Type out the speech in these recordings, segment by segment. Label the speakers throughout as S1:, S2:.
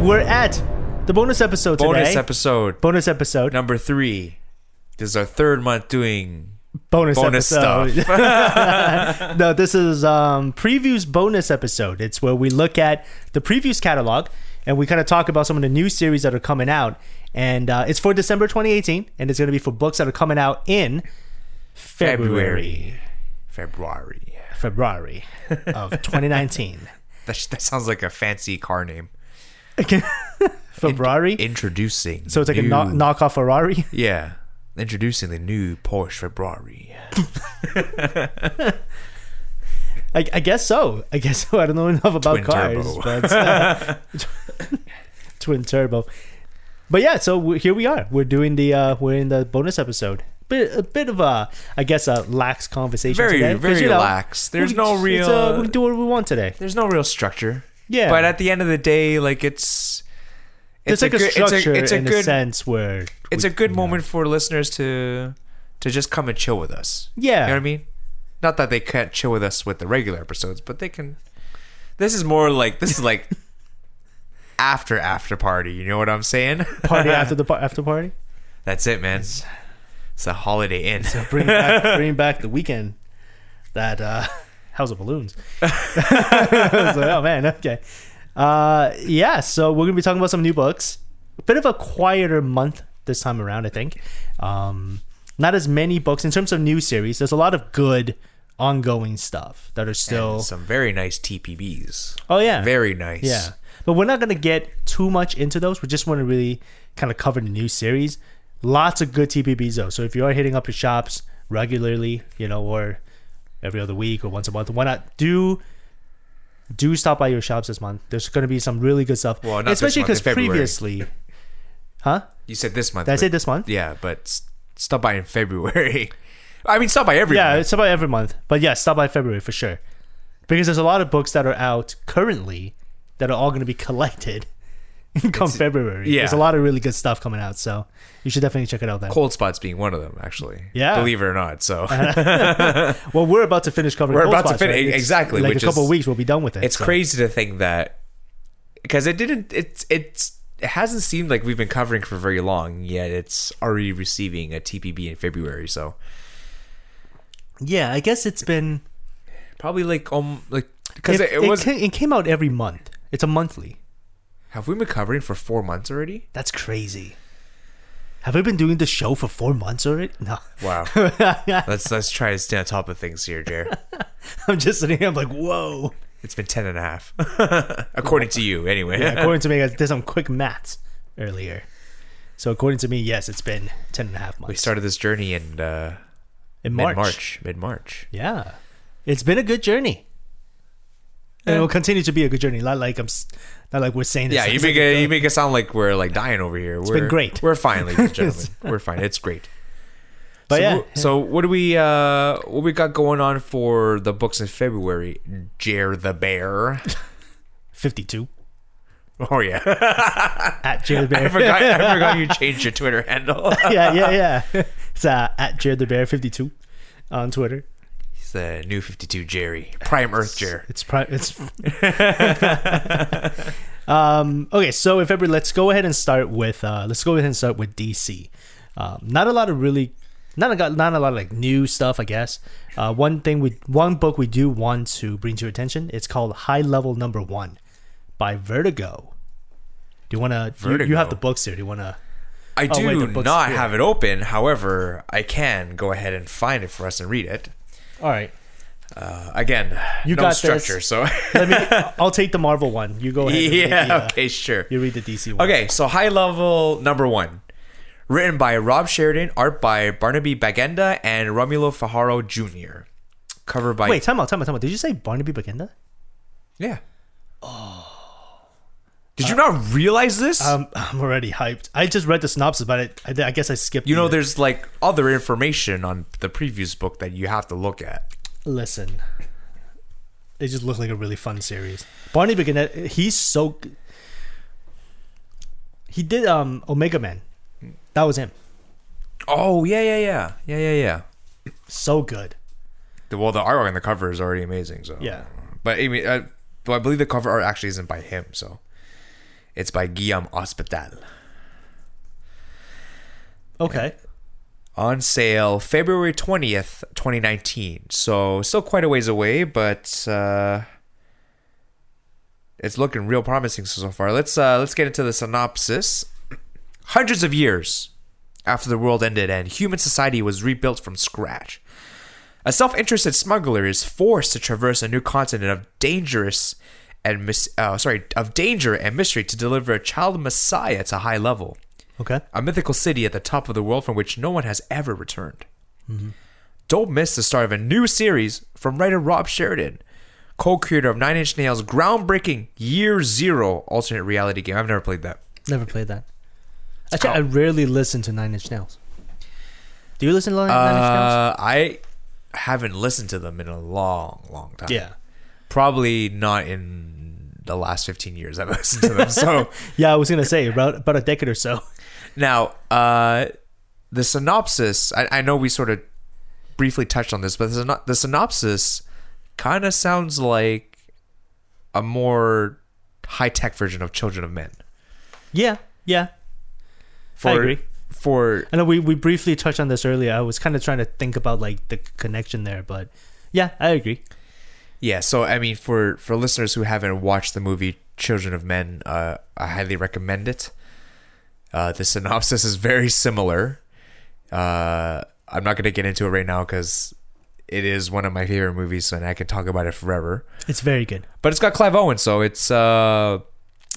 S1: we're at the bonus episode today.
S2: Bonus episode
S1: Bonus episode.
S2: number three. This is our third month doing
S1: bonus,
S2: bonus
S1: episode.
S2: stuff.
S1: no, this is um, previews bonus episode. It's where we look at the previews catalog and we kind of talk about some of the new series that are coming out. And uh, it's for December 2018, and it's going to be for books that are coming out in February,
S2: February.
S1: February of 2019.
S2: That, sh- that sounds like a fancy car name.
S1: February.
S2: Introducing.
S1: so it's like
S2: new,
S1: a knock, knockoff Ferrari.
S2: Yeah. Introducing the new Porsche February.
S1: I, I guess so. I guess so. I don't know enough about
S2: Twin
S1: cars.
S2: turbo.
S1: But, uh, twin turbo. But yeah, so we here we are. We're doing the uh, we're in the bonus episode. Bit a bit of a I guess a lax conversation.
S2: Very,
S1: today, 'cause,
S2: very
S1: you know,
S2: lax. There's
S1: we-
S2: no
S1: it's,
S2: real.
S1: uh, we do what we want today.
S2: there's no real structure.
S1: Yeah.
S2: But at the end of the day, like it's.
S1: It's, like a,
S2: good- it's
S1: structure
S2: It's a,
S1: in a
S2: good.
S1: sense where
S2: it's
S1: we-
S2: a good
S1: you know.
S2: moment for listeners to, to just come and chill with us.
S1: Yeah,
S2: You know what I mean? Not that they can't chill with us with the regular episodes, but they can. This is more like this is like after after party. You know what I'm saying?
S1: party
S2: Uh-huh.
S1: after the par- after party.
S2: That's it, man. It's a Holiday Inn.
S1: Bring back, bring back the weekend. That uh, House of Balloons. I was like, oh man, okay. Uh, yeah, so we're gonna be talking about some new books. A bit of a quieter month this time around, I think. Um, not as many books in terms of new series. There's a lot of good ongoing stuff that are still.
S2: Some very nice TPBs.
S1: oh yeah,
S2: Very nice.
S1: yeah. But we're not gonna get too much into those. We just want to really kind of cover the new series. Lots of good TPBs though. So if you are hitting up your shops regularly, you know, or every other week or once a month, why not do do stop by your shops this month? There's gonna be some really good stuff.
S2: Well, not this
S1: especially
S2: month, in
S1: because
S2: February.
S1: previously, huh?
S2: You said this month.
S1: Did I
S2: but-
S1: say this month?
S2: Yeah, but s- stop by in February. I mean, stop by every
S1: Yeah,
S2: month.
S1: it's about every month. But yeah, stop by February for sure. Because there's a lot of books that are out currently that are all going to be collected come February.
S2: yeah.
S1: There's a lot of really good stuff coming out. So you should definitely check it out then.
S2: Cold spots being one of them, actually.
S1: Yeah. Uh-huh.
S2: Believe it or not. So
S1: Well, we're about to finish covering
S2: We're
S1: Cold
S2: about to
S1: Spots,
S2: finish-
S1: right? It's
S2: exactly,
S1: Like
S2: which
S1: a couple
S2: is-
S1: of weeks, we'll be done with it.
S2: it's
S1: so.
S2: crazy to think that because it didn't it's it's it hasn't seemed like we've been covering for very long yet it's already receiving a tpb in february so
S1: Yeah, I guess it's been.
S2: probably like um like because
S1: Because
S2: it,
S1: it,
S2: it was
S1: came, it came out every month. It's a monthly.
S2: have we been covering for four months already
S1: That's crazy. Have I been doing the show for four months already? No.
S2: wow let's let's try to stay on top of things here jared
S1: I'm just sitting here. I'm like, whoa.
S2: it's been ten and a half according to you anyway
S1: according to me, I did some quick maths earlier. So according to me, yes, it's been 10 and a half months.
S2: we started this journey in uh
S1: in March.
S2: mid-march mid-march
S1: Yeah. It's been a good journey. And it will continue to be a good journey. Not like I'm s- not like we're saying this.
S2: yeah, you
S1: It's like
S2: make it
S1: a-
S2: you make it sound like we're like dying over here. we're
S1: been great.
S2: We're fine, ladies and gentlemen. we're fine. It's great.
S1: But
S2: so,
S1: yeah.
S2: wh- so what do we uh what we got going on for the books in February? Jer the Bear.
S1: 52
S2: Oh yeah.
S1: at Jared Bear.
S2: I forgot I forgot you changed your Twitter handle.
S1: yeah, yeah, yeah. It's uh, at Jared the Bear 52 on Twitter.
S2: He's the new fifty two Jerry. Prime Earth Jer.
S1: It's pri- it's um okay, so in February, let's go ahead and start with uh let's go ahead and start with DC. Um, not a lot of really not a got not a lot of like new stuff, I guess. Uh, one thing we one book we do want to bring to your attention, it's called High Level Number 1 by Vertigo. Do you want to you, you have
S2: Vertigo?
S1: the books here. Do you want to
S2: I
S1: Oh, wait,
S2: do
S1: the book's
S2: not
S1: here.
S2: have it open, however, I can go ahead and find it for us and read it.
S1: All right.
S2: Uh, again,
S1: You
S2: no
S1: got this.
S2: structure, so
S1: Let me I'll take the Marvel one. You go ahead. and read the,
S2: Yeah,
S1: uh,
S2: okay, sure.
S1: You read the DC one.
S2: Okay, so high level number one. Written by Rob Sheridan, art by Barnaby Bagenda and Romulo Fajaro Jr. Cover by
S1: Wait, time out, time out, time out. Did you say Barnaby Bagenda?
S2: Yeah. Oh. Did you not realize this?
S1: Um, I'm already hyped. I just read the synopsis, but it, I, I guess I skipped.
S2: you know,
S1: the,
S2: there's like other information on the previous book that you have to look at.
S1: listen. It just looked like a really fun series. Barney Beginette, he's so. g- He did um Omega Man, that was him.
S2: Oh yeah, yeah, yeah, yeah, yeah, yeah.
S1: So good.
S2: The, well, the artwork on the cover is already amazing. So
S1: Yeah.
S2: but I mean, uh, well, I believe the cover art actually isn't by him. So It's by Guillaume Hospital.
S1: Okay.
S2: on sale February 20th, 2019. So still quite a ways away, but uh, it's looking real promising so, so far. Let's uh, let's get into the synopsis. Hundreds of years after the world ended and human society was rebuilt from scratch, a self-interested smuggler is forced to traverse a new continent of dangerous and mis- uh, sorry, of danger and mystery to deliver a child messiah to high level
S1: Okay.
S2: a mythical city at the top of the world from which no one has ever returned.
S1: Mm-hmm.
S2: Don't miss the start of a new series from writer Rob Sheridan, co creator of Nine Inch Nails' groundbreaking Year Zero alternate reality game. I've never played that.
S1: Never played that.
S2: Oh.
S1: Actually, I rarely listen to Nine Inch Nails. Do you listen to Nine Nine Inch Nails?
S2: Uh, I haven't listened to them in a long, long time.
S1: Yeah.
S2: Probably not in the last 15 years I've listened to them. So.
S1: Yeah, I was gonna say about about a decade or so.
S2: Now, uh, the synopsis, I, I know we sort of briefly touched on this, but the, syno- the synopsis kind of sounds like a more high tech version of Children of Men.
S1: Yeah. Yeah.
S2: For,
S1: agree.
S2: For
S1: I know we, we briefly touched on this earlier. I was kind of trying to think about like the connection there, but yeah, I agree.
S2: yeah, so I mean, for for listeners who haven't watched the movie Children of Men, uh, I highly recommend it. Uh, the synopsis is very similar. Uh, I'm not going to get into it right now because it is one of my favorite movies, and I can talk about it forever.
S1: It's very good.
S2: But it's got Clive Owen, so it's uh,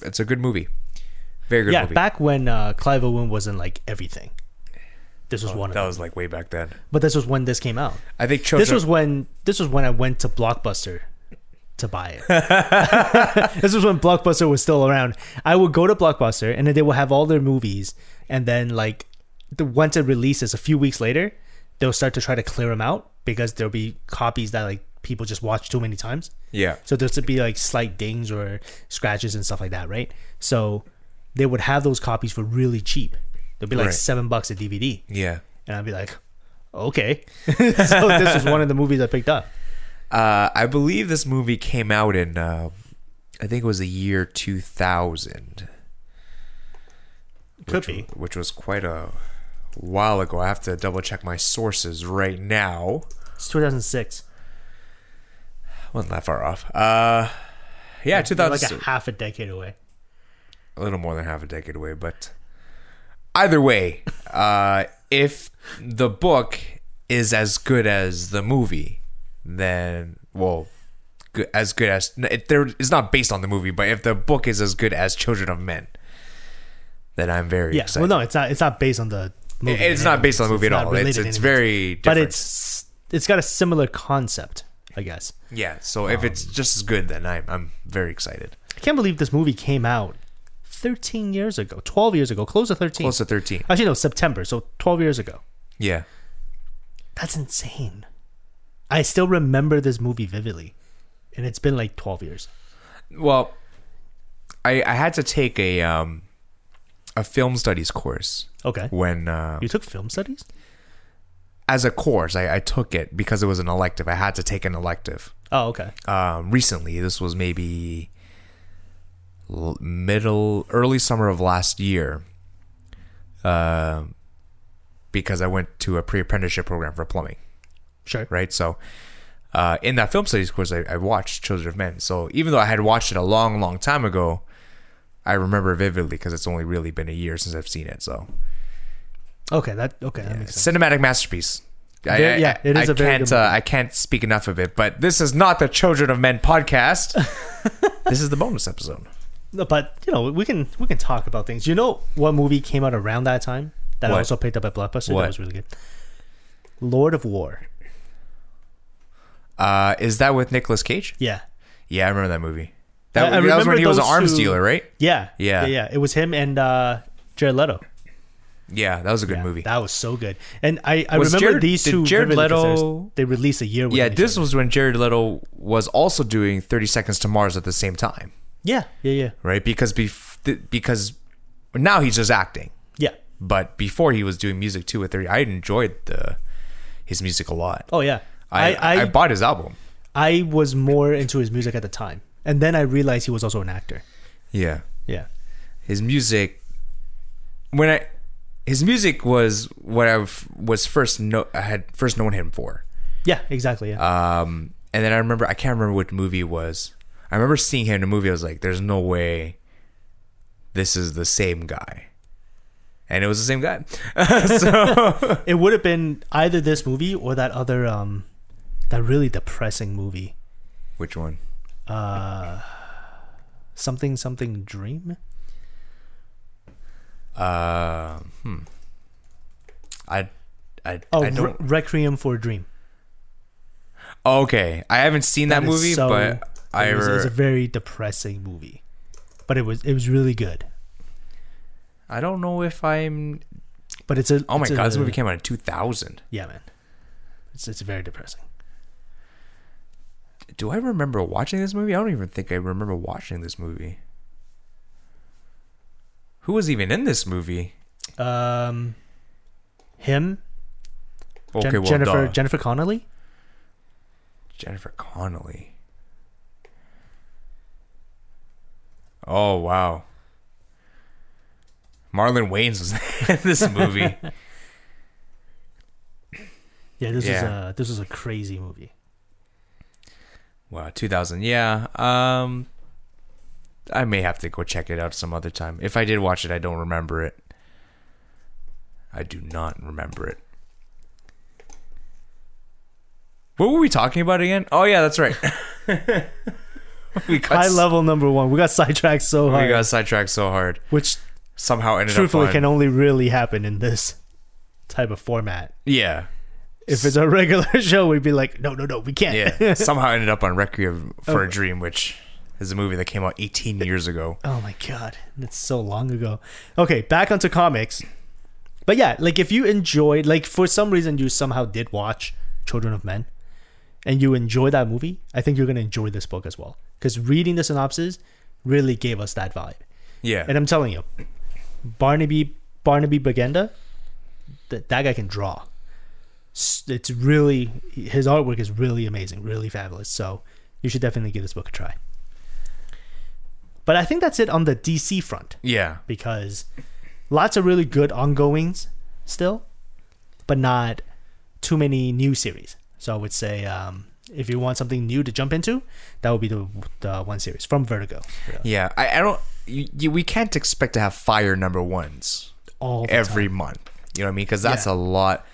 S2: it's a good movie, very good
S1: yeah,
S2: movie.
S1: back when uh, Clive Owen wasn't like everything. This was one of
S2: that
S1: them.
S2: was like way back then.
S1: But this was when this came out.
S2: I think children.
S1: This was when this was when I went to Blockbuster to buy it. this was when Blockbuster was still around. I would go to Blockbuster and then they would have all their movies and then like the once it releases a few weeks later, they'll start to try to clear them out because there'll be copies that like people just watch too many times.
S2: yeah,
S1: So there's to be like slight dings or scratches and stuff like that, right? So they would have those copies for really cheap. They'd be like
S2: Right.
S1: seven bucks a DVD,
S2: yeah.
S1: and I'd be like, okay. so this is one of the movies I picked up.
S2: Uh, I believe this movie came out in, uh, I think it was the year 2000.
S1: Could
S2: which,
S1: be.
S2: Which was quite a while ago. I have to double check my sources right now.
S1: It's 2006,
S2: Wasn't that far off. Uh, yeah,
S1: like
S2: 2000.
S1: a half a decade away.
S2: a little more than half a decade away, but either way, uh, if the book is as good as the movie, then well, good, as good as n- it, there it's not based on the movie, but if the book is as good as Children of Men, then I'm very
S1: Yeah.
S2: excited.
S1: Well, no, it's not. It's not based on the movie.
S2: it's not based on the movie at
S1: not
S2: all. It's
S1: related
S2: it's
S1: in
S2: very
S1: but
S2: different.
S1: it's it's got a similar concept, I guess.
S2: yeah. So
S1: um,
S2: if it's just as good, then I'm I'm very excited.
S1: I can't believe this movie came out 13 years ago, 12 years ago, close to 13.
S2: Close to thirteen.
S1: Actually, no, September. So 12 years ago.
S2: Yeah.
S1: That's insane. I still remember this movie vividly, and it's been like 12 years.
S2: Well, I I had to take a um a film studies course
S1: Okay.
S2: when uh,
S1: You took film studies?
S2: as a course I, I took it because it was an elective i had to take an elective
S1: Oh, okay.
S2: um, recently this was maybe l- middle early summer of last year uh, because i went to a pre-apprenticeship program for plumbing
S1: Sure.
S2: right? So, uh, in that film studies course, I, I watched Children of Men. So, even though I had watched it a long, long time ago, I remember vividly because it's only really been a year since I've seen it. So,
S1: Okay, that okay, that makes sense.
S2: cinematic masterpiece. I,
S1: Very-
S2: I-
S1: yeah, it is
S2: I
S1: a very
S2: can't.
S1: good
S2: uh, I can't speak enough of it. But this is not the Children of Men podcast. this is the bonus episode.
S1: No, But, you know, we can we can talk about things. You know what movie came out around that time that I
S2: What?
S1: also picked up at Blockbuster?
S2: What?
S1: That was really good. Lord of War.
S2: Uh, is that with Nicolas Cage?
S1: Yeah.
S2: Yeah, I remember that movie.
S1: I- I
S2: That, that was when
S1: remember
S2: he was an
S1: those
S2: arms
S1: two-
S2: dealer, right?
S1: Yeah.
S2: Yeah.
S1: Yeah, yeah. It was him and uh Jared Leto.
S2: Yeah, that was a good
S1: Yeah,
S2: movie.
S1: That was so good. And I, I
S2: Was
S1: remember
S2: Jared-
S1: these
S2: did
S1: two
S2: Jared
S1: vividly 'cause
S2: Leto-
S1: there's- they released a year with
S2: yeah,
S1: each
S2: this
S1: other.
S2: was when Jared Leto was also doing Thirty Seconds to Mars at the same time.
S1: Yeah, yeah, yeah.
S2: right? Because bef- th- because now he's just acting,
S1: Yeah.
S2: but before he was doing music too. With 30, I enjoyed the his music a lot.
S1: Oh yeah.
S2: I, I, bought his album.
S1: I was more into his music at the time, and then I realized he was also an actor.
S2: Yeah,
S1: Yeah,
S2: his music when I his music was what I was first no I had first known him for.
S1: Yeah, exactly. Yeah.
S2: Um, and then I remember I can't remember which movie it was. I remember seeing him in a movie. I was like, "There's no way, this is the same guy," and it was the same guy. so
S1: it would have been either this movie or that other um that really depressing movie.
S2: which one?
S1: Uh something something dream?
S2: Uh, hmm. I, I,
S1: Oh,
S2: I don't.
S1: Re- Requiem for a Dream.
S2: okay, I haven't seen that,
S1: That is
S2: movie,
S1: so-
S2: but I
S1: it was, it was a
S2: re-
S1: very depressing movie. But it was it was really good.
S2: I don't know if I'm.
S1: But it's a
S2: Oh my
S1: it's a-
S2: god, this movie came out in 2000.
S1: Yeah, man. It's it's very depressing.
S2: Do I remember watching this movie? I don't even think I remember watching this movie. Who was even in this movie?
S1: Um him
S2: Okay,
S1: Jen-
S2: well,
S1: Jennifer
S2: duh.
S1: Jennifer Connelly?
S2: Jennifer Connolly. Oh wow. Marlon Wayans was in this movie.
S1: Yeah, this is
S2: Yeah.
S1: a this is a crazy movie.
S2: wow, 2000. Yeah. Um I may have to go check it out some other time. If I did watch it, I don't remember it. I do not remember it. What were we talking about again? Oh yeah, that's right. we got
S1: High level number one. We got sidetracked so
S2: we
S1: hard,
S2: got sidetracked so hard.
S1: which
S2: Somehow ended
S1: truthfully
S2: up on-
S1: can only really happen in this type of format.
S2: Yeah.
S1: If it's a regular show, we'd be like, no, no, no, we can't.
S2: Yeah. Somehow ended up on Requiem for a Dream, which is a movie that came out 18 years ago.
S1: oh my god, that's so long ago. Okay, back onto comics. But yeah, like if you enjoyed, like for some reason you somehow did watch Children of Men, and you enjoy that movie, I think you're gonna enjoy this book as well. Because reading the synopsis really gave us that vibe.
S2: Yeah.
S1: And I'm telling you, Barnaby Barnaby Bagenda, that that guy can draw. S- It's really his artwork is really amazing, really fabulous. So you should definitely give this book a try. But I think that's it on the DC front
S2: yeah.
S1: because lots of really good ongoings still, but not too many new series. So I would say um, if you want something new to jump into, that would be the, the one series from Vertigo.
S2: Yeah. I, I don't, you, you, we can't expect to have fire number ones
S1: All the
S2: every month. You know what I mean? Because that's
S1: Yeah.
S2: a lot.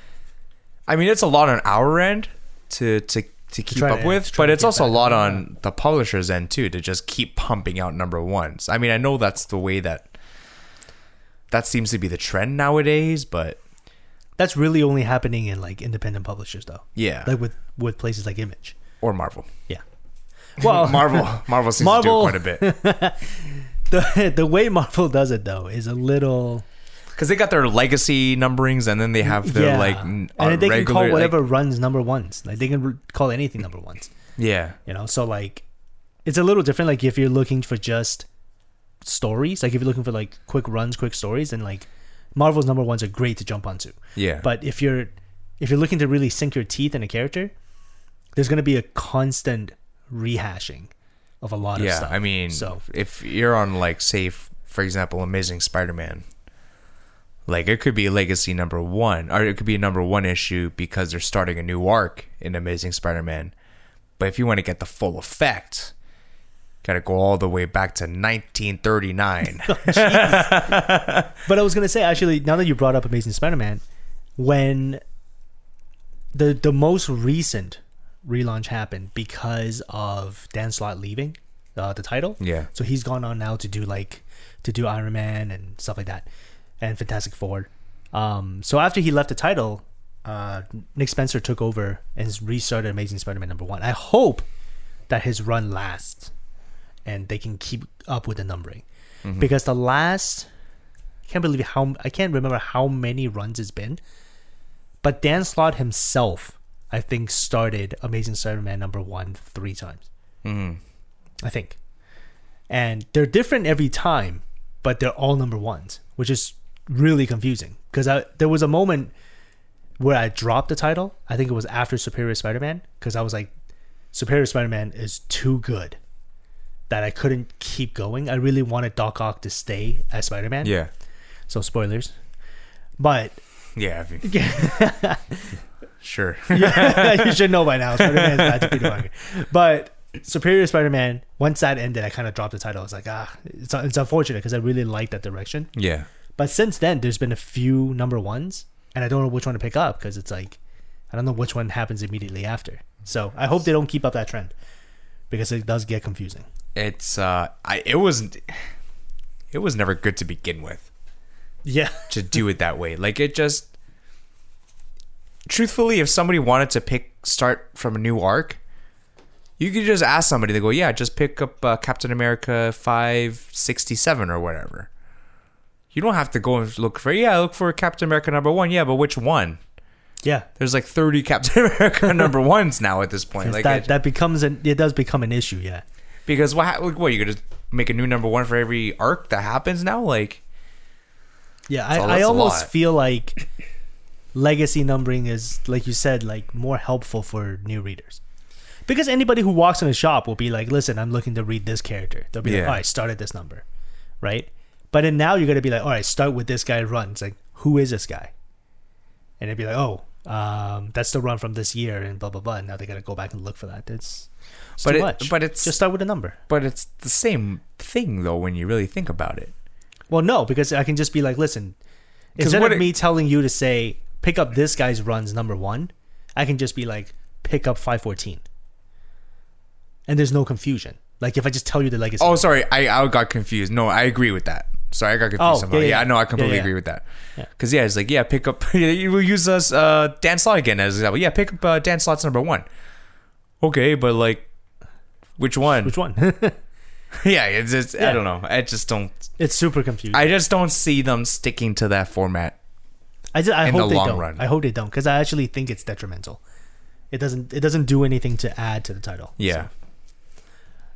S2: I mean, it's a lot on our end to, to, to keep
S1: try
S2: up
S1: to-
S2: with,
S1: to try
S2: but
S1: to
S2: it's
S1: get
S2: also a
S1: back
S2: lot on the publisher's end too to just keep pumping out number ones. I mean, I know that's the way that that seems to be the trend nowadays, but
S1: That's really only happening in like independent publishers though.
S2: yeah,
S1: Like with with places like Image.
S2: or Marvel.
S1: Yeah. Well,
S2: Marvel, Marvel seems
S1: Oh. Marvel-
S2: to do it quite a bit
S1: the the way Marvel does it though is a little
S2: because they got their legacy numberings, and then they have their
S1: yeah.
S2: like n-
S1: and then they
S2: regular,
S1: can call
S2: like-
S1: whatever runs number ones. Like they can re- call anything number ones.
S2: yeah,
S1: You know, so like it's a little different. Like if you're looking for just stories, like if you're looking for like quick runs, quick stories, then like Marvel's number ones are great to jump onto.
S2: yeah,
S1: But if you're if you're looking to really sink your teeth in a character, there's gonna be a constant rehashing of a lot of
S2: yeah.
S1: stuff.
S2: I mean,
S1: so
S2: if you're on like, say, f- for example, Amazing Spider-Man, like it could be legacy number one, or it could be a number one issue because they're starting a new arc in Amazing Spider-Man. But if you want to get the full effect, gotta go all the way back to 1939.
S1: But I was gonna say actually, now that you brought up Amazing Spider-Man, when the the most recent relaunch happened because of Dan Slott leaving uh, the title.
S2: Yeah.
S1: So he's gone on now to do like to do Iron Man and stuff like that, and Fantastic Four. Um, so after he left the title, uh, Nick Spencer took over and restarted Amazing Spider-Man number one. I hope that his run lasts and they can keep up with the numbering because the last I can't believe how I can't remember how many runs it's been, but Dan Slott himself I think started Amazing Spider-Man number one three times. Mm. I think, and they're different every time, but they're all number ones, which is really confusing because I there was a moment where I dropped the title. I think it was after Superior Spider-Man because I was like, Superior Spider-Man is too good that I couldn't keep going. I really wanted Doc Ock to stay as Spider Man.
S2: Yeah.
S1: So spoilers. But
S2: Yeah. I mean, sure.
S1: you should know by now. Spider Man's bad to Peter Parker. But Superior Spider Man, once that ended, I kind of dropped the title. I was like, ah, it's, it's unfortunate because I really liked that direction.
S2: yeah.
S1: But since then, there's been a few number ones, and I don't know which one to pick up because it's like, I don't know which one happens immediately after. So I hope they don't keep up that trend because it does get confusing.
S2: It's uh, I it wasn't. It was never good to begin with
S1: Yeah.
S2: to do it that way. Like it just. Truthfully, if somebody wanted to pick start from a new arc, you could just ask somebody. They go, yeah, just pick up uh, Captain America five sixty seven or whatever. You don't have to go and look for yeah, look for Captain America number one. Yeah, but which one?
S1: Yeah.
S2: There's like 30 Captain America number ones now at this point.
S1: 'Cause
S2: Like
S1: that,
S2: it-
S1: that becomes an, it does become an issue. Yeah.
S2: because what ha- like, what you could just make a new number one for every arc that happens now. Like
S1: Yeah,
S2: So
S1: I, I
S2: that's a
S1: almost
S2: lot.
S1: feel like legacy numbering is, like you said, like more helpful for new readers. Because anybody who walks in a shop will be like, listen, I'm looking to read this character. They'll be like,
S2: Yeah.
S1: all right, start at this number, right? But then now you're going to be like, all right, start with this guy run. It's like, who is this guy? And it'd be like, oh, um, that's the run from this year and blah, blah, blah. And now they got to go back and look for that. It's, it's
S2: But
S1: too
S2: it-
S1: much.
S2: but it's-
S1: Just start with a number.
S2: but it's the same thing though when you really think about it.
S1: Well, no, because I can just be like, listen,
S2: 'Cause
S1: instead
S2: what
S1: of
S2: it-
S1: me telling you to say pick up this guy's runs number one, I can just be like pick up five fourteen, and there's no confusion. Like if I just tell you the legacy,
S2: Oh, sorry, I, I got confused. No, I agree with that. Sorry, I got confused.
S1: Oh,
S2: somehow.
S1: yeah,
S2: Yeah,
S1: yeah.
S2: no, I
S1: Yeah,
S2: completely
S1: yeah.
S2: agree with that.
S1: Yeah.
S2: Because yeah. it's like yeah, pick up. you will use us uh, Dan Slott again as an example. Yeah, pick up uh, Dan Slott's number one. Okay, but like, which one?
S1: which one?
S2: yeah, it's just
S1: Yeah.
S2: I don't know. I just don't.
S1: it's super confusing. I,
S2: I just don't see them sticking to that format.
S1: just, I
S2: in
S1: hope
S2: the
S1: they
S2: long
S1: don't.
S2: run.
S1: I hope they don't because I actually think it's detrimental. It doesn't. It doesn't do anything to add to the title.
S2: Yeah.
S1: So,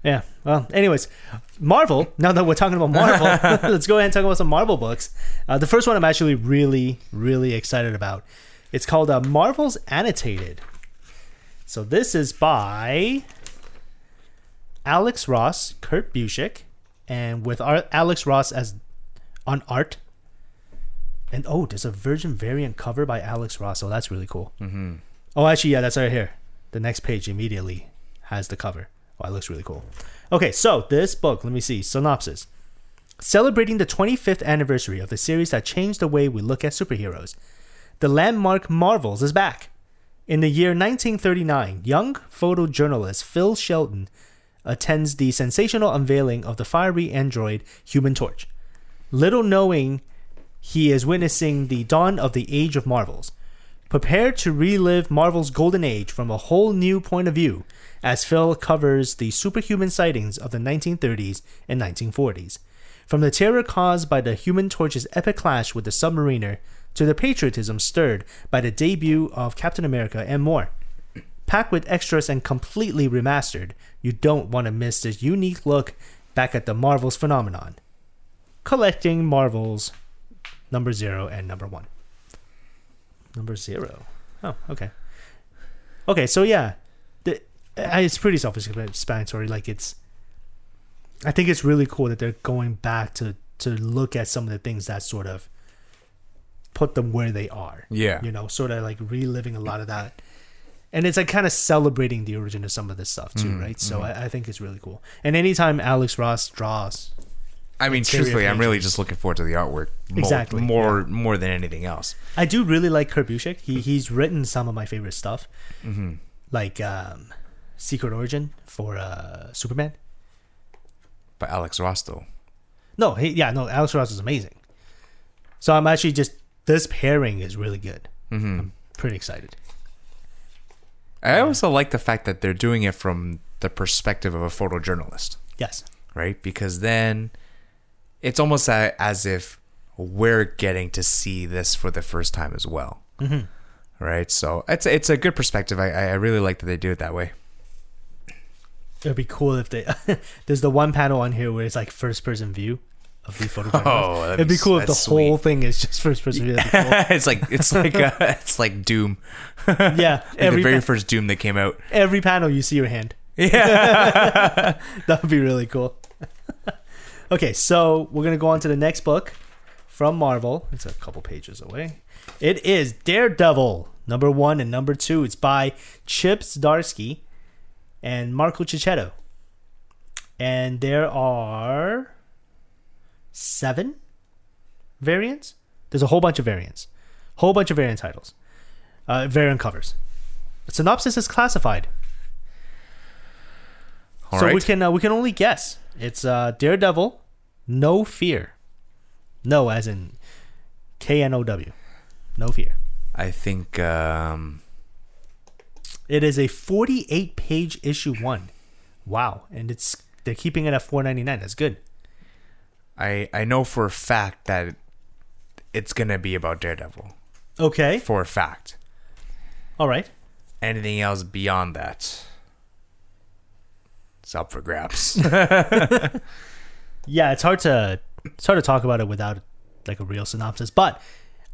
S1: yeah. Well. Anyways, Marvel. Now that we're talking about Marvel, let's go ahead and talk about some Marvel books. Uh, the first one I'm actually really, really excited about. It's called uh, Marvel's Annotated. So this is by Alex Ross, Kurt Busiek, and with our Alex Ross as on art. And oh, there's a Virgin variant cover by Alex Ross. Oh, that's really cool. Mm-hmm. Oh, actually, yeah, that's right here. The next page immediately has the cover. Oh, it looks really cool. Okay, so this book, let me see. Synopsis. Celebrating the 25th anniversary of the series that changed the way we look at superheroes, the landmark Marvels is back. In the year 1939, young photojournalist Phil Shelton attends the sensational unveiling of the fiery android Human Torch. Little knowing he is witnessing the dawn of the Age of Marvels. Prepare to relive Marvel's golden age from a whole new point of view as Phil covers the superhuman sightings of the 1930s and 1940s. From the terror caused by the Human Torch's epic clash with the Submariner to the patriotism stirred by the debut of Captain America and more. Packed with extras and completely remastered, you don't want to miss this unique look back at the Marvels phenomenon. Collecting Marvels number zero and number one. Number zero. Oh, okay. Okay, so yeah, the, I- it's pretty self-explanatory. Like it's, I think it's really cool that they're going back to to look at some of the things that sort of put them where they are.
S2: Yeah.
S1: you know, sort of like reliving a lot of that. And it's like kind of celebrating the origin of some of this stuff
S2: Mm,
S1: too, right? So
S2: mm-hmm.
S1: I, I think it's really cool. And anytime Alex Ross draws,
S2: I mean,
S1: interior
S2: truthfully, I'm really
S1: pages.
S2: just looking forward to the artwork more,
S1: Exactly,
S2: more, more than anything else.
S1: I do really like Kurt Busiek.
S2: Mm-hmm.
S1: He he's written some of my favorite stuff, like um, Secret Origin for uh, Superman.
S2: But Alex Ross, though,
S1: No, he, yeah, no, Alex Ross is amazing. So I'm actually just this pairing is really good.
S2: Mm-hmm.
S1: I'm pretty excited.
S2: I also like the fact that they're doing it from the perspective of a photojournalist,
S1: Yes,
S2: right? Because then it's almost a, as if we're getting to see this for the first time as well, right? So it's it's a good perspective. I I really like that they do it that way.
S1: it'd be cool if they. there's the one panel on here where it's like first person view of the photo.
S2: Oh, that'd
S1: it'd be
S2: be-
S1: cool if the
S2: that's
S1: whole thing is just first person view. That'd be cool.
S2: it's like it's like uh it's like Doom,
S1: yeah,
S2: Like the
S1: every
S2: very
S1: pa-
S2: first Doom that came out.
S1: every panel you see your hand.
S2: Yeah.
S1: That would be really cool. okay, so we're going to go on to the next book from Marvel. It's a couple pages away. It is Daredevil, number one and number two. It's by Chip Zdarsky and Marco Cicchetto. And there are seven variants. There's a whole bunch of variants, whole bunch of variant titles, uh, variant covers. Synopsis is classified
S2: All
S1: so
S2: right.
S1: we can uh, we can only guess. It's uh, Daredevil, No Fear, No as in K N O W, No Fear.
S2: I think um,
S1: It is a forty-eight page issue one. Wow, and it's they're keeping it at four ninety-nine. That's good.
S2: I I know for a fact that it's gonna be about Daredevil
S1: Okay,
S2: for a fact.
S1: all right.
S2: Anything else beyond that, it's up for grabs.
S1: Yeah, it's hard to it's hard to talk about it without like a real synopsis, but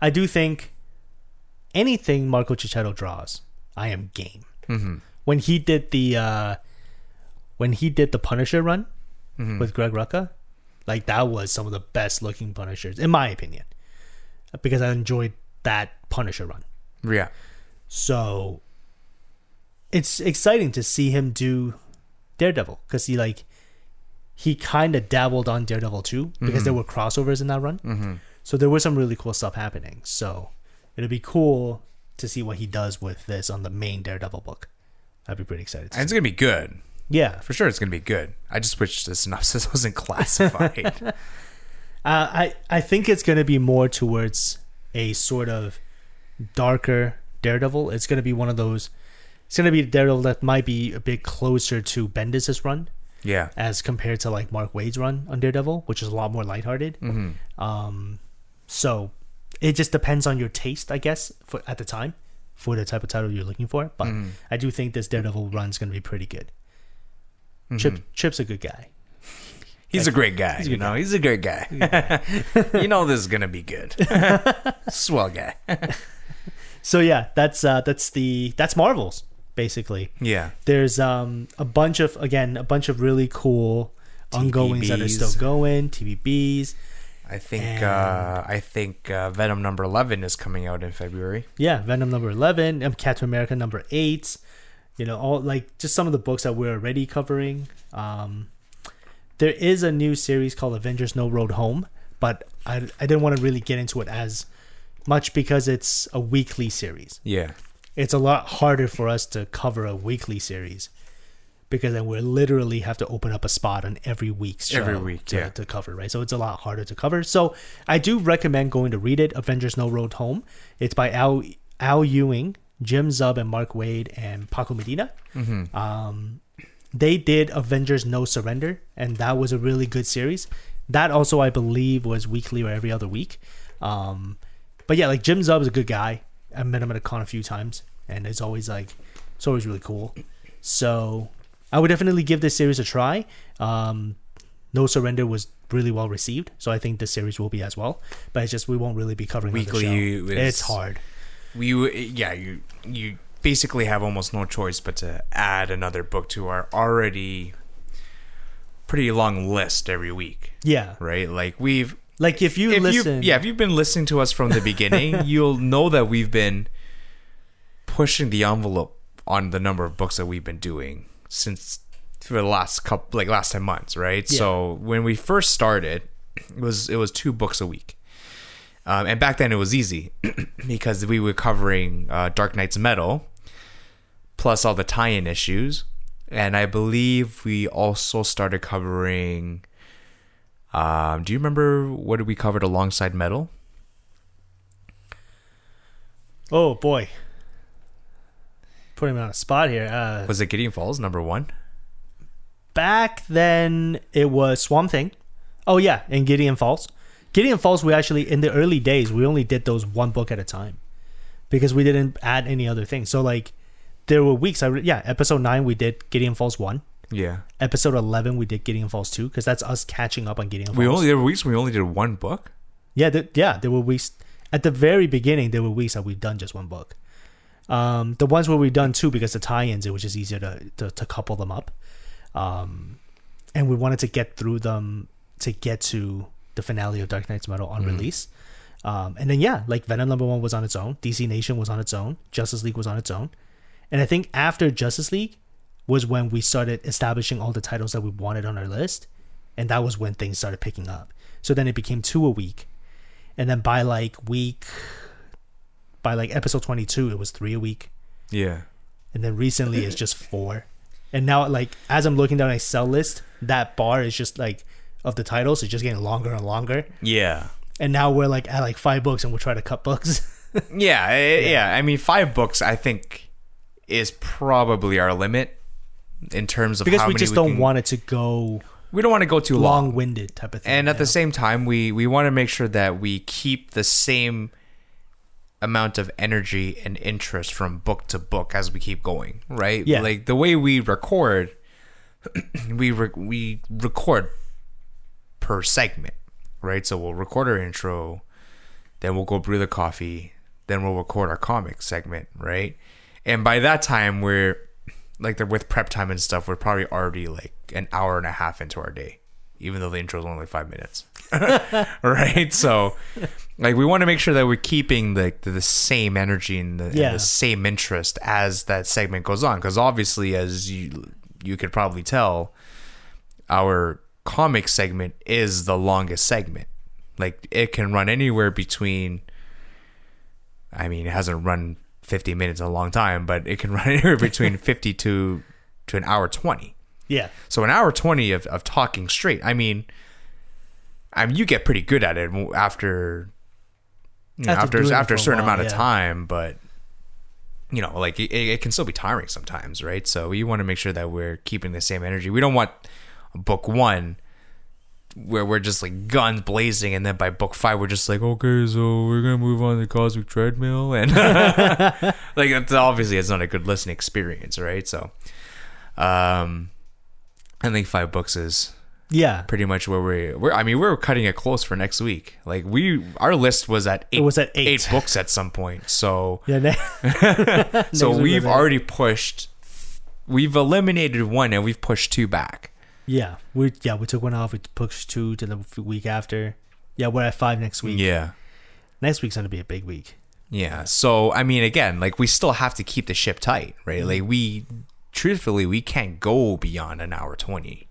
S1: I do think anything Marco Cicchetto draws, I am game. When he did the uh, when he did the Punisher run with Greg Rucka, like that was some of the best looking Punishers in my opinion, because I enjoyed that Punisher run.
S2: yeah.
S1: So it's exciting to see him do Daredevil because he like he kind of dabbled on Daredevil too because there were crossovers in that run. Mm-hmm. So there was some really cool stuff happening. So it'll be cool to see what he does with this on the main Daredevil book. I'd be pretty excited. To
S2: And
S1: see.
S2: it's gonna be good.
S1: Yeah,
S2: For sure it's gonna be good. I just wish the synopsis wasn't classified.
S1: uh, I I think it's gonna be more towards a sort of darker Daredevil. It's gonna be one of those. It's gonna be Daredevil that might be a bit closer to Bendis's run.
S2: yeah.
S1: as compared to like Mark Wade's run on Daredevil, which is a lot more lighthearted. Um, so it just depends on your taste, I guess, for at the time for the type of title you're looking for. But I do think this Daredevil run's going to be pretty good. Chip Chip's a good guy.
S2: He's a great guy. you know, he's a great guy. you know this is gonna be good. Swell guy.
S1: So yeah, that's uh, that's the that's Marvel's basically.
S2: Yeah.
S1: There's um, a bunch of again a bunch of really cool ongoings that are still
S2: TVBs.
S1: going. TVBs,
S2: I think
S1: And-
S2: uh, I think uh, Venom number eleven is coming out in February.
S1: Yeah, Venom number eleven, um, Captain America number eight. You know, all like just some of the books that we're already covering. Um, there is a new series called Avengers: No Road Home, but I I didn't want to really get into it as much because it's a weekly series.
S2: Yeah.
S1: It's a lot harder for us to cover a weekly series because then we literally have to open up a spot on every week's show
S2: Every week,
S1: to,
S2: yeah.
S1: to cover, right? So it's a lot harder to cover. So I do recommend going to read it, Avengers No Road Home. It's by Al Al Ewing, Jim Zub, and Mark Wade and Paco Medina. Um, they did Avengers No Surrender, and that was a really good series. That also, I believe, was weekly or every other week. Um, but yeah, like Jim Zub is a good guy. I met him at a con a few times, and it's always like, it's always really cool. So I would definitely give this series a try. Um, no Surrender was really well received, so I think this series will be as well. But it's just we won't really be covering it on the
S2: Weekly
S1: show.
S2: is-
S1: It's hard.
S2: We yeah you you basically have almost no choice but to add another book to our already pretty long list every week,
S1: Yeah,
S2: right? Like we've
S1: like if you
S2: if
S1: listen,
S2: you yeah if you've been listening to us from the beginning, you'll know that we've been pushing the envelope on the number of books that we've been doing since for the last couple like last 10 months right
S1: Yeah.
S2: so when we first started it was it was two books a week um, and back then it was easy because we were covering uh, dark knight's metal plus all the tie-in issues and i believe we also started covering um, do you remember what we covered alongside metal
S1: Oh boy. Putting me on a spot here. Uh,
S2: was it gideon falls number one
S1: back then it was Swamp Thing. Oh yeah, and Gideon Falls. Gideon Falls we actually in the early days we only did those one book at a time. Because we didn't add any other thing. So like there were weeks I re- yeah, episode 9 we did Gideon Falls 1.
S2: yeah
S1: Episode 11 we did Gideon Falls 2 cuz that's us catching up on Gideon Falls.
S2: we only there were weeks we only did one book
S1: Yeah, th- yeah, there were weeks at the very beginning. There were weeks that we've done just one book. Um, the ones where we've done two because the tie-ins, it was just easier to to, to couple them up, um, and we wanted to get through them to get to the finale of Dark Knight's Metal on release. Um, and then yeah, like Venom number one was on its own, DC Nation was on its own, Justice League was on its own, and I think after Justice League was when we started establishing all the titles that we wanted on our list, and that was when things started picking up. So then it became two a week, and then by like week by like episode 22 it was three a week
S2: Yeah.
S1: and then recently it's just four and now like as i'm looking down my cell list that bar is just like of the titles it's just getting longer and longer
S2: Yeah.
S1: and now we're like at like five books and we'll try to cut books
S2: Yeah, I- yeah. I mean, five books, I think, is probably our limit in terms of
S1: because
S2: how
S1: we
S2: many
S1: just don't
S2: can-
S1: want it to go
S2: We don't want to go too long.
S1: long-winded type of thing
S2: and uh, at
S1: you
S2: the
S1: know?
S2: same time, we we want to make sure that we keep the same amount of energy and interest from book to book as we keep going, right?
S1: Yeah.
S2: Like the way we record, we re- we record per segment, right? So we'll record our intro, then we'll go brew the coffee, then we'll record our comic segment, right? And by that time, we're like the, with prep time and stuff, we're probably already like an hour and a half into our day, even though the intro is only like five minutes, right? So, like, we want to make sure that we're keeping like the, the same energy and the, and
S1: Yeah.
S2: the same interest as that segment goes on, because obviously, as you you could probably tell, our comic segment is the longest segment. Like it can run anywhere between I mean, it hasn't run 50 minutes in a long time, but it can run anywhere between 50 to to an hour 20.
S1: yeah
S2: So an hour 20 of, of talking straight. I mean, I mean, you get pretty good at it after you know,
S1: After
S2: after
S1: doing
S2: after,
S1: it
S2: a
S1: for a
S2: certain
S1: while,
S2: amount of
S1: yeah.
S2: time, but you know, like it, it can still be tiring sometimes, right? So you want to make sure that we're keeping the same energy. We don't want book one where we're just like guns blazing, and then by book five we're just like, okay, so we're gonna move on to cosmic treadmill, and like that's obviously it's not a good listening experience, right? So, um, I think five books is
S1: yeah
S2: pretty much where we we're I mean we were cutting it close for next week. Like we our list was at eight,
S1: was at eight.
S2: books at some point. So
S1: yeah ne-
S2: so
S1: week
S2: we've
S1: we're at-
S2: already pushed we've eliminated one and we've pushed two back.
S1: yeah we yeah we took one off we pushed two to the f- week after yeah we're at five next week
S2: Yeah.
S1: next week's gonna be a big week
S2: Yeah. So I mean again, like we still have to keep the ship tight, right? Like we truthfully we can't go beyond an hour twenty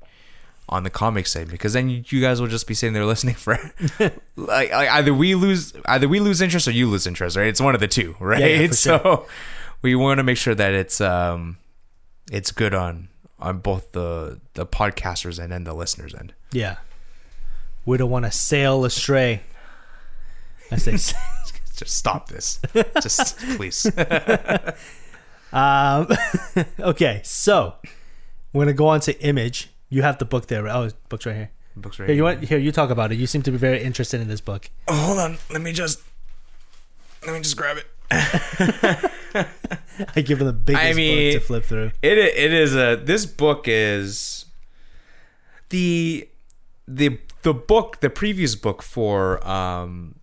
S2: on the comic segment because then you, you guys will just be sitting there listening for like, like either we lose either we lose interest or you lose interest, right? It's one of the two, right?
S1: Yeah, yeah, for
S2: so we want to make sure that it's um it's good on on both the the podcasters end and the listeners end.
S1: Yeah. We don't want to sail astray. As they say.
S2: Just stop this. Just please.
S1: um, okay, so we're gonna go on to image. You have the book there. right? Oh, book's right here.
S2: Books right
S1: Here, you want, here, you talk about it. You seem to be very interested in this book.
S2: Oh, hold on. Let me just let me just grab it.
S1: I give it the biggest
S2: mean-
S1: book to flip through.
S2: It i- it is a this book is the the the book the previous book for um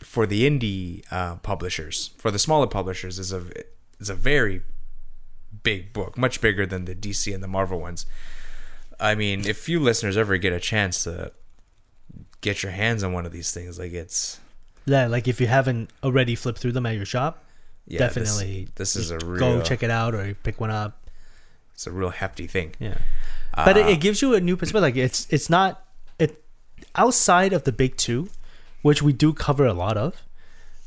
S2: for the indie uh, publishers for the smaller publishers is a is a very big book, much bigger than the DC and the Marvel ones. I mean, if you listeners ever get a chance to get your hands on one of these things, like it's
S1: Yeah, like if you haven't already flipped through them at your shop,
S2: yeah, this-
S1: definitely
S2: This, is a real
S1: go check it out or pick one up.
S2: It's a real hefty thing.
S1: Yeah, Uh, but it, it gives you a new perspective. Like it's it's not it outside of the big two, which we do cover a lot of.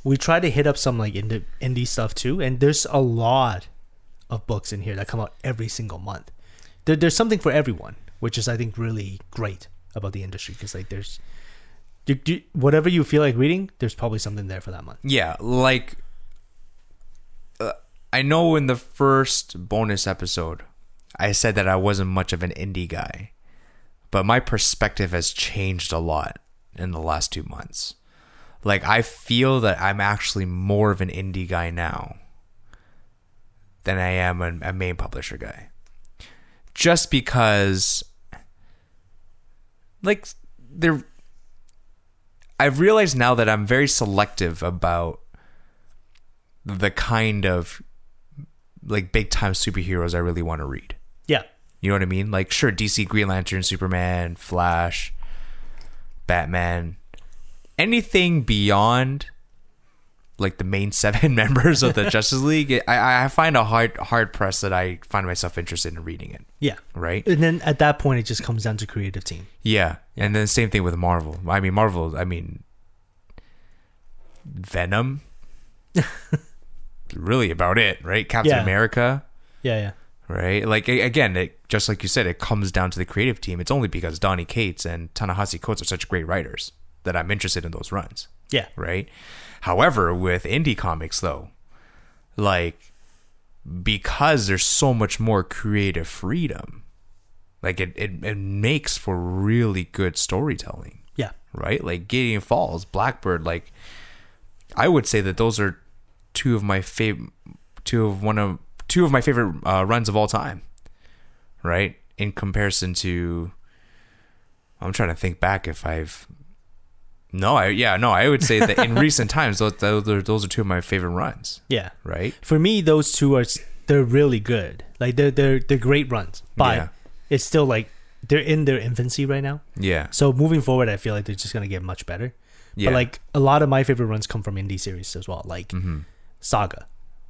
S1: We try to hit up some like indie indie stuff too, and there's a lot of books in here that come out every single month. There, there's something for everyone, which is I think really great about the industry because like there's. You, you, whatever you feel like reading, there's probably something there for that month.
S2: Yeah, like uh, I know in the first bonus episode, I said that I wasn't much of an indie guy, but my perspective has changed a lot in the last two months. Like I feel that I'm actually more of an indie guy now than I am a, a main publisher guy, just because like they're I've realized now that I'm very selective about the kind of like big time superheroes I really want to read.
S1: Yeah.
S2: You know what I mean? Like, sure, DC, Green Lantern, Superman, Flash, Batman, anything beyond like the main seven members of the Justice League, I, I find a hard hard press that I find myself interested in reading it.
S1: Yeah.
S2: Right?
S1: And then at that point, it just comes down to creative team.
S2: Yeah. And then same thing with Marvel. I mean, Marvel, I mean, Venom. really about it, right? Captain
S1: Yeah.
S2: America,
S1: Yeah, yeah.
S2: right? Like, a- again, it, just like you said, it comes down to the creative team. It's only because Donnie Cates and Tanahasi Coates are such great writers that I'm interested in those runs,
S1: Yeah.
S2: right? However, with indie comics, though, like, because there's so much more creative freedom, like, it, it, it makes for really good storytelling
S1: Yeah.
S2: right? Like Gideon Falls, Blackbird. Like I would say that those are two of my favorite, two of one of two of my favorite uh, runs of all time, right? In comparison to, I'm trying to think back if I've. No, I yeah no, I would say that in recent times those those are, those are two of my favorite runs,
S1: Yeah.
S2: right?
S1: For me, those two are s- they're really good. Like they're they're they're great runs, but
S2: Yeah.
S1: it's still like they're in their infancy right now.
S2: Yeah,
S1: So moving forward, I feel like they're just gonna get much better.
S2: yeah.
S1: But like a lot of my favorite runs come from indie series as well. Like
S2: Mm-hmm.
S1: Saga.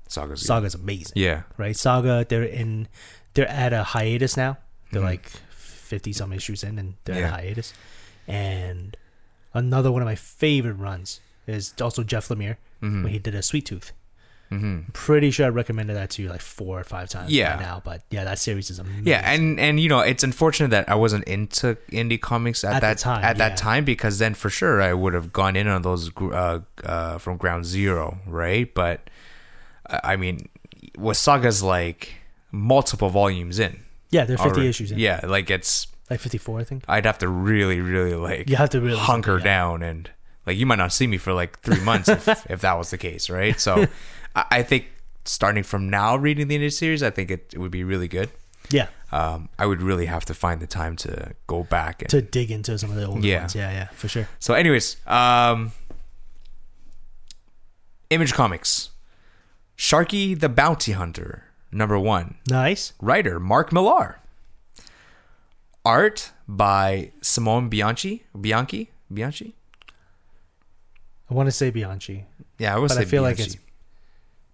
S2: Saga's good.
S1: Saga's amazing.
S2: yeah,
S1: Right? Saga, they're in they're at a hiatus now. They're like fifty some issues in and they're at
S2: Mm-hmm. Yeah.
S1: a hiatus. And another one of my favorite runs is also Jeff Lemire
S2: Mm-hmm.
S1: when he did a Sweet Tooth. I'm pretty sure I recommended that to you like four or five times
S2: Yeah.
S1: by now. But yeah, that series is amazing.
S2: Yeah, and and you know it's unfortunate that I wasn't into indie comics at,
S1: At the
S2: that
S1: time,
S2: at
S1: yeah.
S2: that time because then for sure I would have gone in on those gr- uh, uh, from ground zero, right? But I I mean, with sagas like multiple volumes in,
S1: yeah, they're fifty
S2: already-
S1: issues in.
S2: Yeah, like it's
S1: Like fifty four, I think.
S2: I'd have to really really like
S1: You have to really
S2: hunker
S1: yeah.
S2: down and like you might not see me for like three months if, if that was the case, right? So I, I think starting from now reading the indie series, I think it, it would be really good
S1: Yeah.
S2: um, I would really have to find the time to go back. And,
S1: To dig into some of the older
S2: Uh, Yeah.
S1: ones. Yeah, yeah, for sure.
S2: so, anyways, um, Image Comics, Sharky the Bounty Hunter, number one,
S1: Nice.
S2: writer Mark Millar, art by Simone Bianchi, Bianchi, Bianchi.
S1: I want to say Bianchi,
S2: Yeah, I would
S1: but
S2: say
S1: I feel
S2: Bianchi.
S1: like it's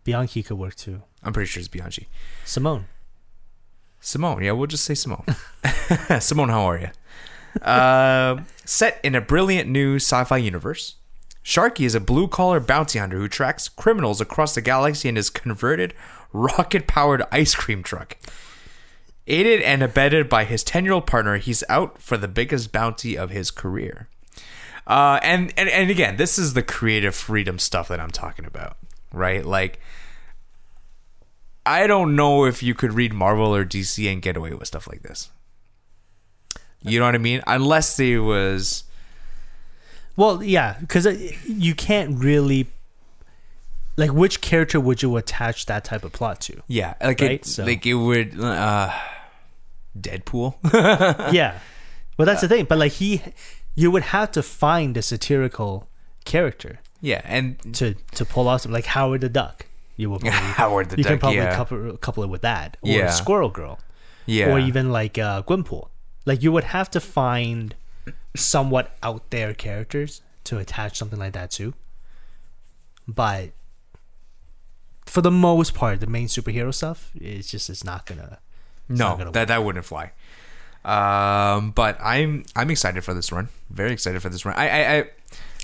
S1: Bianchi could work too.
S2: I'm pretty sure it's Bianchi.
S1: Simone.
S2: Simone. Yeah, we'll just say Simone. Simone, how are you? Um set in a brilliant new sci fi universe, Sharky is a blue collar bounty hunter who tracks criminals across the galaxy in his converted rocket powered ice cream truck. Aided and abetted by his 10 year old partner, he's out for the biggest bounty of his career. Uh, and, and, and again, this is the creative freedom stuff that I'm talking about, right? Like, I don't know if you could read Marvel or DC and get away with stuff like this. You know what I mean? Unless they was
S1: Well, yeah, because you can't really like which character would you attach that type of plot to?
S2: yeah, like
S1: Right,
S2: it,
S1: so-
S2: like it would uh Deadpool.
S1: yeah, well, that's the thing. But like he, you would have to find a satirical character
S2: yeah, and
S1: to to pull off some, like Howard the Duck. You will probably
S2: Howard the
S1: you
S2: Duck.
S1: can probably
S2: yeah.
S1: couple couple it with that or
S2: Yeah.
S1: Squirrel Girl.
S2: yeah.
S1: or even like uh, Gwenpool. Like you would have to find somewhat out there characters to attach something like that to. But for the most part, the main superhero stuff is just it's not gonna. it's not
S2: no,
S1: gonna
S2: that that wouldn't fly. Um, but I'm I'm excited for this run. Very excited for this run. I I,
S1: work.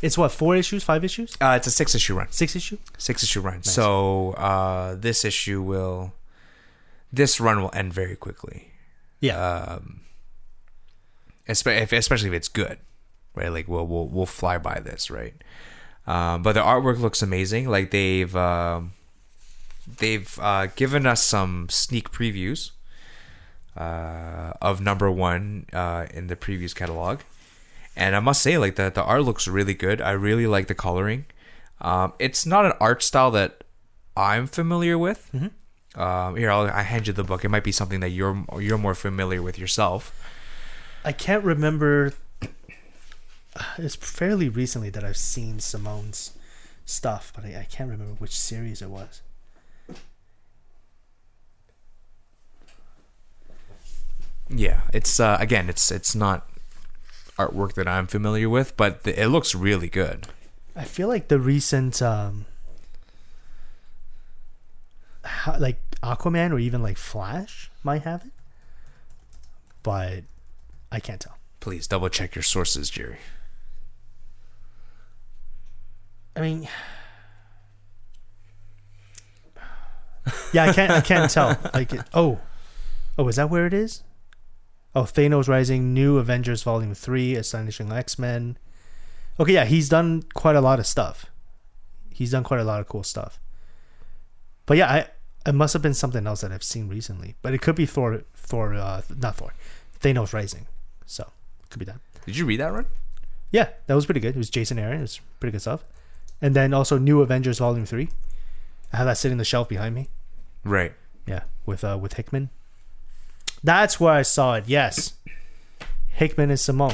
S1: It's what four issues, five issues,
S2: I uh, it's a six issue run.
S1: six issue.
S2: Six issue run. So uh, this issue will this run will end very quickly.
S1: Yeah,
S2: Espe- if- especially if it's good, right? Like we'll we'll, we'll fly by this, right? Um, but the artwork looks amazing. Like they've um, they've uh, given us some sneak previews uh, of number one uh, in the previous catalog, and I must say, like the the art looks really good. I really like the coloring. Um, it's not an art style that I'm familiar with. Um, here, I'll, I hand you the book. It might be something that you're you're more familiar with yourself.
S1: I can't remember. It's fairly recently that I've seen Simone's stuff, but I, I can't remember which series it was.
S2: Yeah, it's uh, again, it's it's not artwork that I'm familiar with, but th- it looks really good.
S1: I feel like the recent, um, ha- like Aquaman or even like Flash might have it, but I can't tell.
S2: Please double check your sources, Jerry.
S1: I mean, yeah, I can't. I can't tell. Like, it, oh, oh, is that where it is? Oh, Thanos Rising, New Avengers Volume Three, Astonishing X Men. Okay, yeah, he's done quite a lot of stuff. He's done quite a lot of cool stuff. But yeah, I it must have been something else that I've seen recently. But it could be Thor, Thor, uh, not Thor, Thanos Rising. So could be that.
S2: Did you read that one?
S1: Yeah, that was pretty good. It was Jason Aaron. It was pretty good stuff. And then also New Avengers Volume Three. I have that sitting on the shelf behind me.
S2: Right.
S1: Yeah, with uh, with Hickman. That's where I saw it. Yes, Hickman and Simone.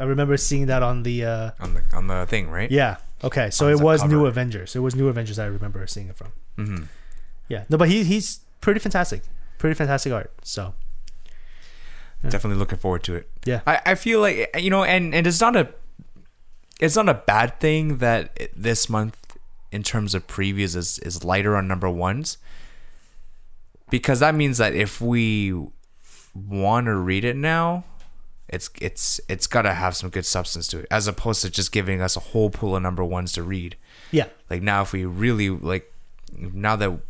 S1: I remember seeing that on the. Uh,
S2: On the on the thing, right?
S1: yeah. Okay, so
S2: On
S1: it
S2: the
S1: was New
S2: cover.
S1: Avengers. It was New Avengers. I remember seeing it from.
S2: hmm
S1: Yeah. No, but he he's pretty fantastic. Pretty fantastic art. So
S2: Definitely looking forward to it.
S1: yeah.
S2: I, I feel like you know, and and it's not a it's not a bad thing that it- this month in terms of previews is is lighter on number ones because that means that if we want to read it now it's it's it's got to have some good substance to it as opposed to just giving us a whole pool of number ones to read
S1: Yeah.
S2: like now if we really like now that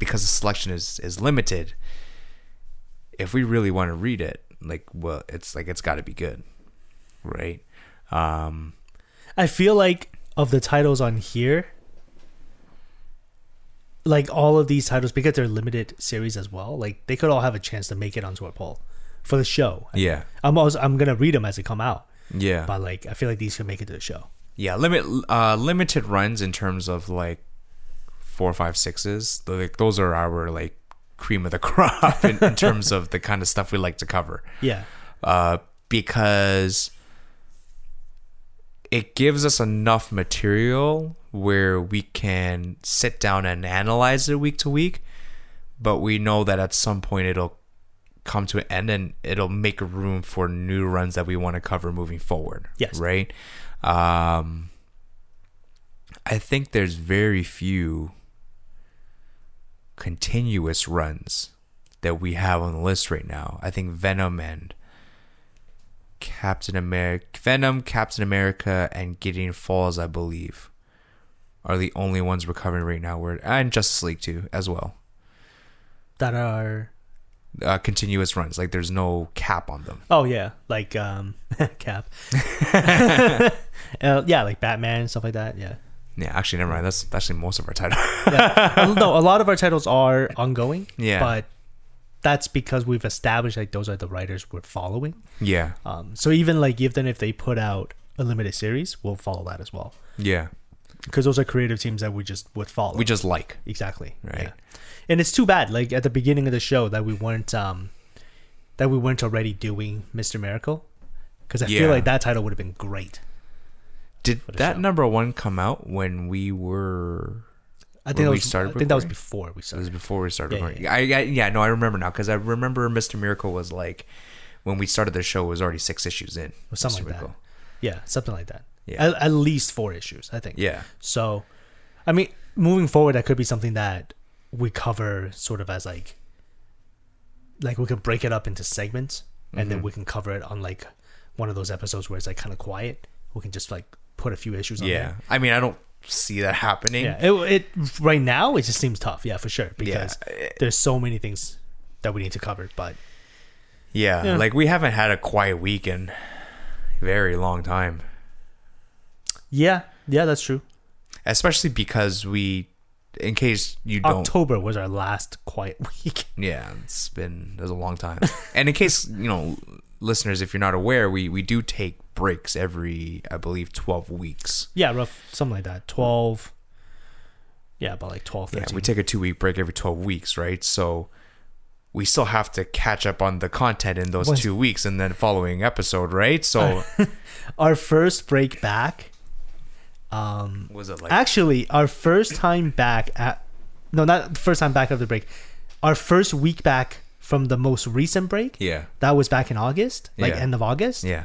S2: because the selection is is limited if we really want to read it like well it's like it's got to be good right um
S1: I feel like of the titles on here, like all of these titles, because they're limited series as well, like they could all have a chance to make it onto a poll for the show.
S2: yeah
S1: I'm also I'm gonna read them as they come out,
S2: yeah
S1: but like I feel like these could make it to the show.
S2: yeah limit uh limited runs in terms of like four five sixes like those are our like cream of the crop in, in terms of the kind of stuff we like to cover
S1: Yeah,
S2: uh, because it gives us enough material where we can sit down and analyze it week to week, but we know that at some point it'll come to an end and it'll make room for new runs that we want to cover moving forward.
S1: Yes.
S2: Right? Um, I think there's very few continuous runs that we have on the list right now. I think Venom and Captain America, Venom, Captain America, and Gideon Falls, I believe, are the only ones we're covering right now. Where and Justice League too, as well.
S1: that are
S2: Uh, continuous runs, like there's no cap on them.
S1: oh yeah, like um Cap, uh, yeah, like Batman and stuff like that. Yeah,
S2: Yeah, actually, never mind. That's that's actually most of our title.
S1: Uh, no, a lot of our titles are ongoing.
S2: Yeah.
S1: but that's because we've established like those are the writers we're following.
S2: yeah,
S1: Um, so even like even if they put out a limited series, we'll follow that as well
S2: yeah.
S1: because those are creative teams that we just would follow.
S2: We just like.
S1: exactly
S2: Right.
S1: yeah. and it's too bad. Like at the beginning of the show that we weren't um that we weren't already doing Mister Miracle because I
S2: Yeah.
S1: feel like that title would have been great.
S2: Did
S1: the
S2: that
S1: show.
S2: number one come out when we were?
S1: I think
S2: Were
S1: that
S2: we
S1: was
S2: started
S1: I think that was before we
S2: It was
S1: started.
S2: before we started
S1: Yeah,
S2: recording. I, I yeah, no, I remember now because I remember Mr. Miracle was like when we started the show it was already six issues in.
S1: Or something
S2: Mr.
S1: like that.
S2: Miracle.
S1: Yeah, something like that.
S2: Yeah.
S1: At, at least four issues, I think.
S2: Yeah,
S1: So, I mean, moving forward, that could be something that we cover sort of as like, like we can break it up into segments, and then we can cover it on like one of those episodes where it's like kind of quiet. We can just like put a few issues on
S2: yeah. I mean, I don't see that happening.
S1: there. Yeah, it, it right now it just seems tough, yeah, for sure, because
S2: it-
S1: there's so many things that we need to cover. But
S2: Yeah,
S1: Yeah.
S2: like we haven't had a quiet week in a very long time,
S1: yeah, yeah, that's true.
S2: especially because we, in case you don't,
S1: October was our last quiet week.
S2: yeah, it's been it was a long time. and in case you know, listeners, if you're not aware, we we do take breaks every, I believe, twelve weeks.
S1: yeah, rough something like that. Twelve. Yeah, about like 12, 13.
S2: Yeah, we take a two week break every twelve weeks, right? So. We still have to catch up on the content in those
S1: Once-
S2: two weeks and then following episode, right? So
S1: our first break back Um,
S2: Was it like
S1: actually, our first time back at no, not first time back after the break. Our first week back from the most recent break.
S2: yeah,
S1: That was back in August, like
S2: Yeah.
S1: end of August.
S2: yeah,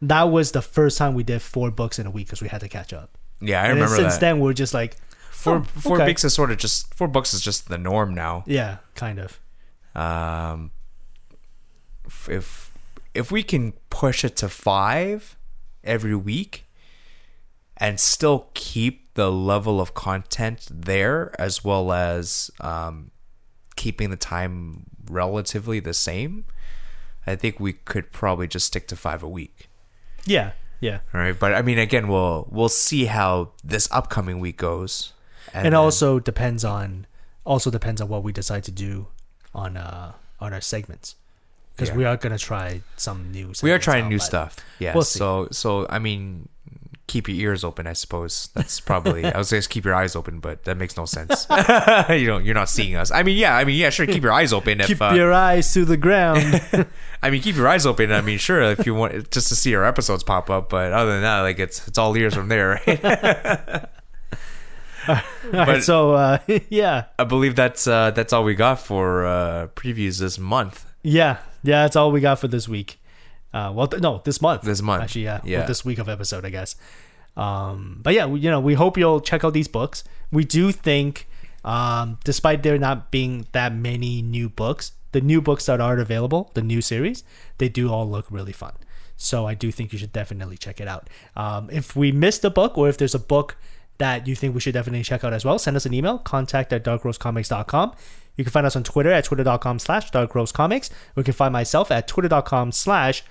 S1: That was the first time we did four books in a week because we had to catch up.
S2: yeah? I
S1: and then
S2: remember
S1: since
S2: that.
S1: then, we're just like
S2: four
S1: oh,
S2: four
S1: okay.
S2: books is sort of just four books is just the norm now.
S1: Yeah, kind of.
S2: Um, f- if if we can push it to five every week and still keep the level of content there, as well as um, keeping the time relatively the same, I think we could probably just stick to five a week.
S1: Yeah, yeah.
S2: All right, but I mean, again, we'll we'll see how this upcoming week goes,
S1: and
S2: then-
S1: also depends on also depends on what we decide to do on uh on our segments because
S2: Yeah.
S1: we are gonna try some new
S2: we are
S1: segments
S2: trying
S1: out,
S2: new
S1: but-
S2: stuff. Yeah.
S1: we'll see.
S2: so so I mean, keep your ears open. I suppose that's probably. I was just keep your eyes open, but that makes no sense. you know, you're not seeing us. I mean, yeah. I mean, yeah. Sure, keep your eyes open.
S1: keep
S2: if, uh,
S1: your eyes to the ground
S2: I mean, keep your eyes open. I mean, sure, if you want just to see our episodes pop up, but other than that, like it's it's all ears from there. Right?
S1: All right, so uh yeah
S2: I believe that's uh, that's all we got for uh, previews this month.
S1: yeah yeah that's all we got for this week uh well th- no this month
S2: This month.
S1: actually yeah,
S2: Yeah.
S1: Well, this week of episode i guess um but yeah we, you know we hope you'll check out these books we do think um despite there not being that many new books the new books that are available the new series they do all look really fun so i do think you should definitely check it out um if we missed a book or if there's a book that you think we should definitely check out as well send us an email contact at darkrosecomics.com you can find us on twitter at twitter.com slash darkrosecomics or you can find myself at twitter.com slash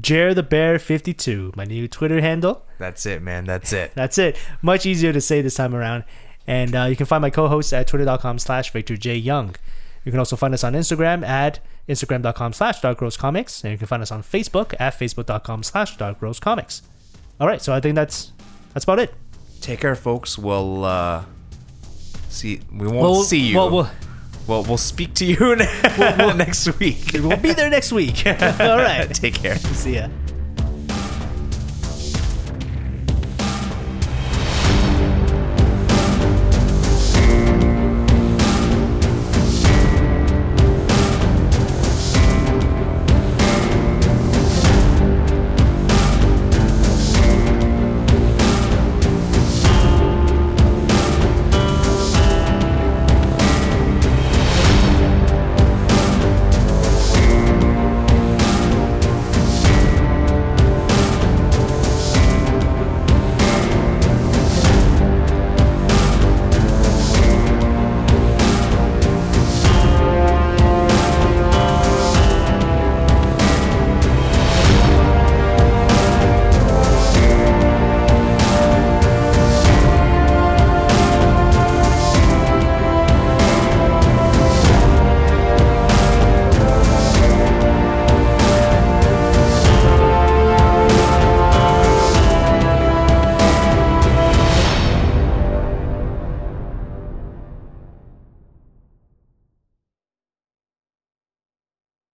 S1: Jer the Bear 52, my new Twitter handle.
S2: That's it, man. That's it.
S1: That's it. Much easier to say this time around. And uh, you can find my co-hosts at twitter.com slash Victor J. Young. You can also find us on Instagram at instagram.com slash Dark Rose Comics. And you can find us on Facebook at facebook.com slash Dark Rose Comics. All right, so I think that's that's about it.
S2: Take care, folks. We'll uh, see. We won't
S1: We'll-
S2: see you.
S1: Well, we'll,
S2: Well, we'll speak to you ne- next week.
S1: we'll be there next week. All right.
S2: Take care.
S1: See ya.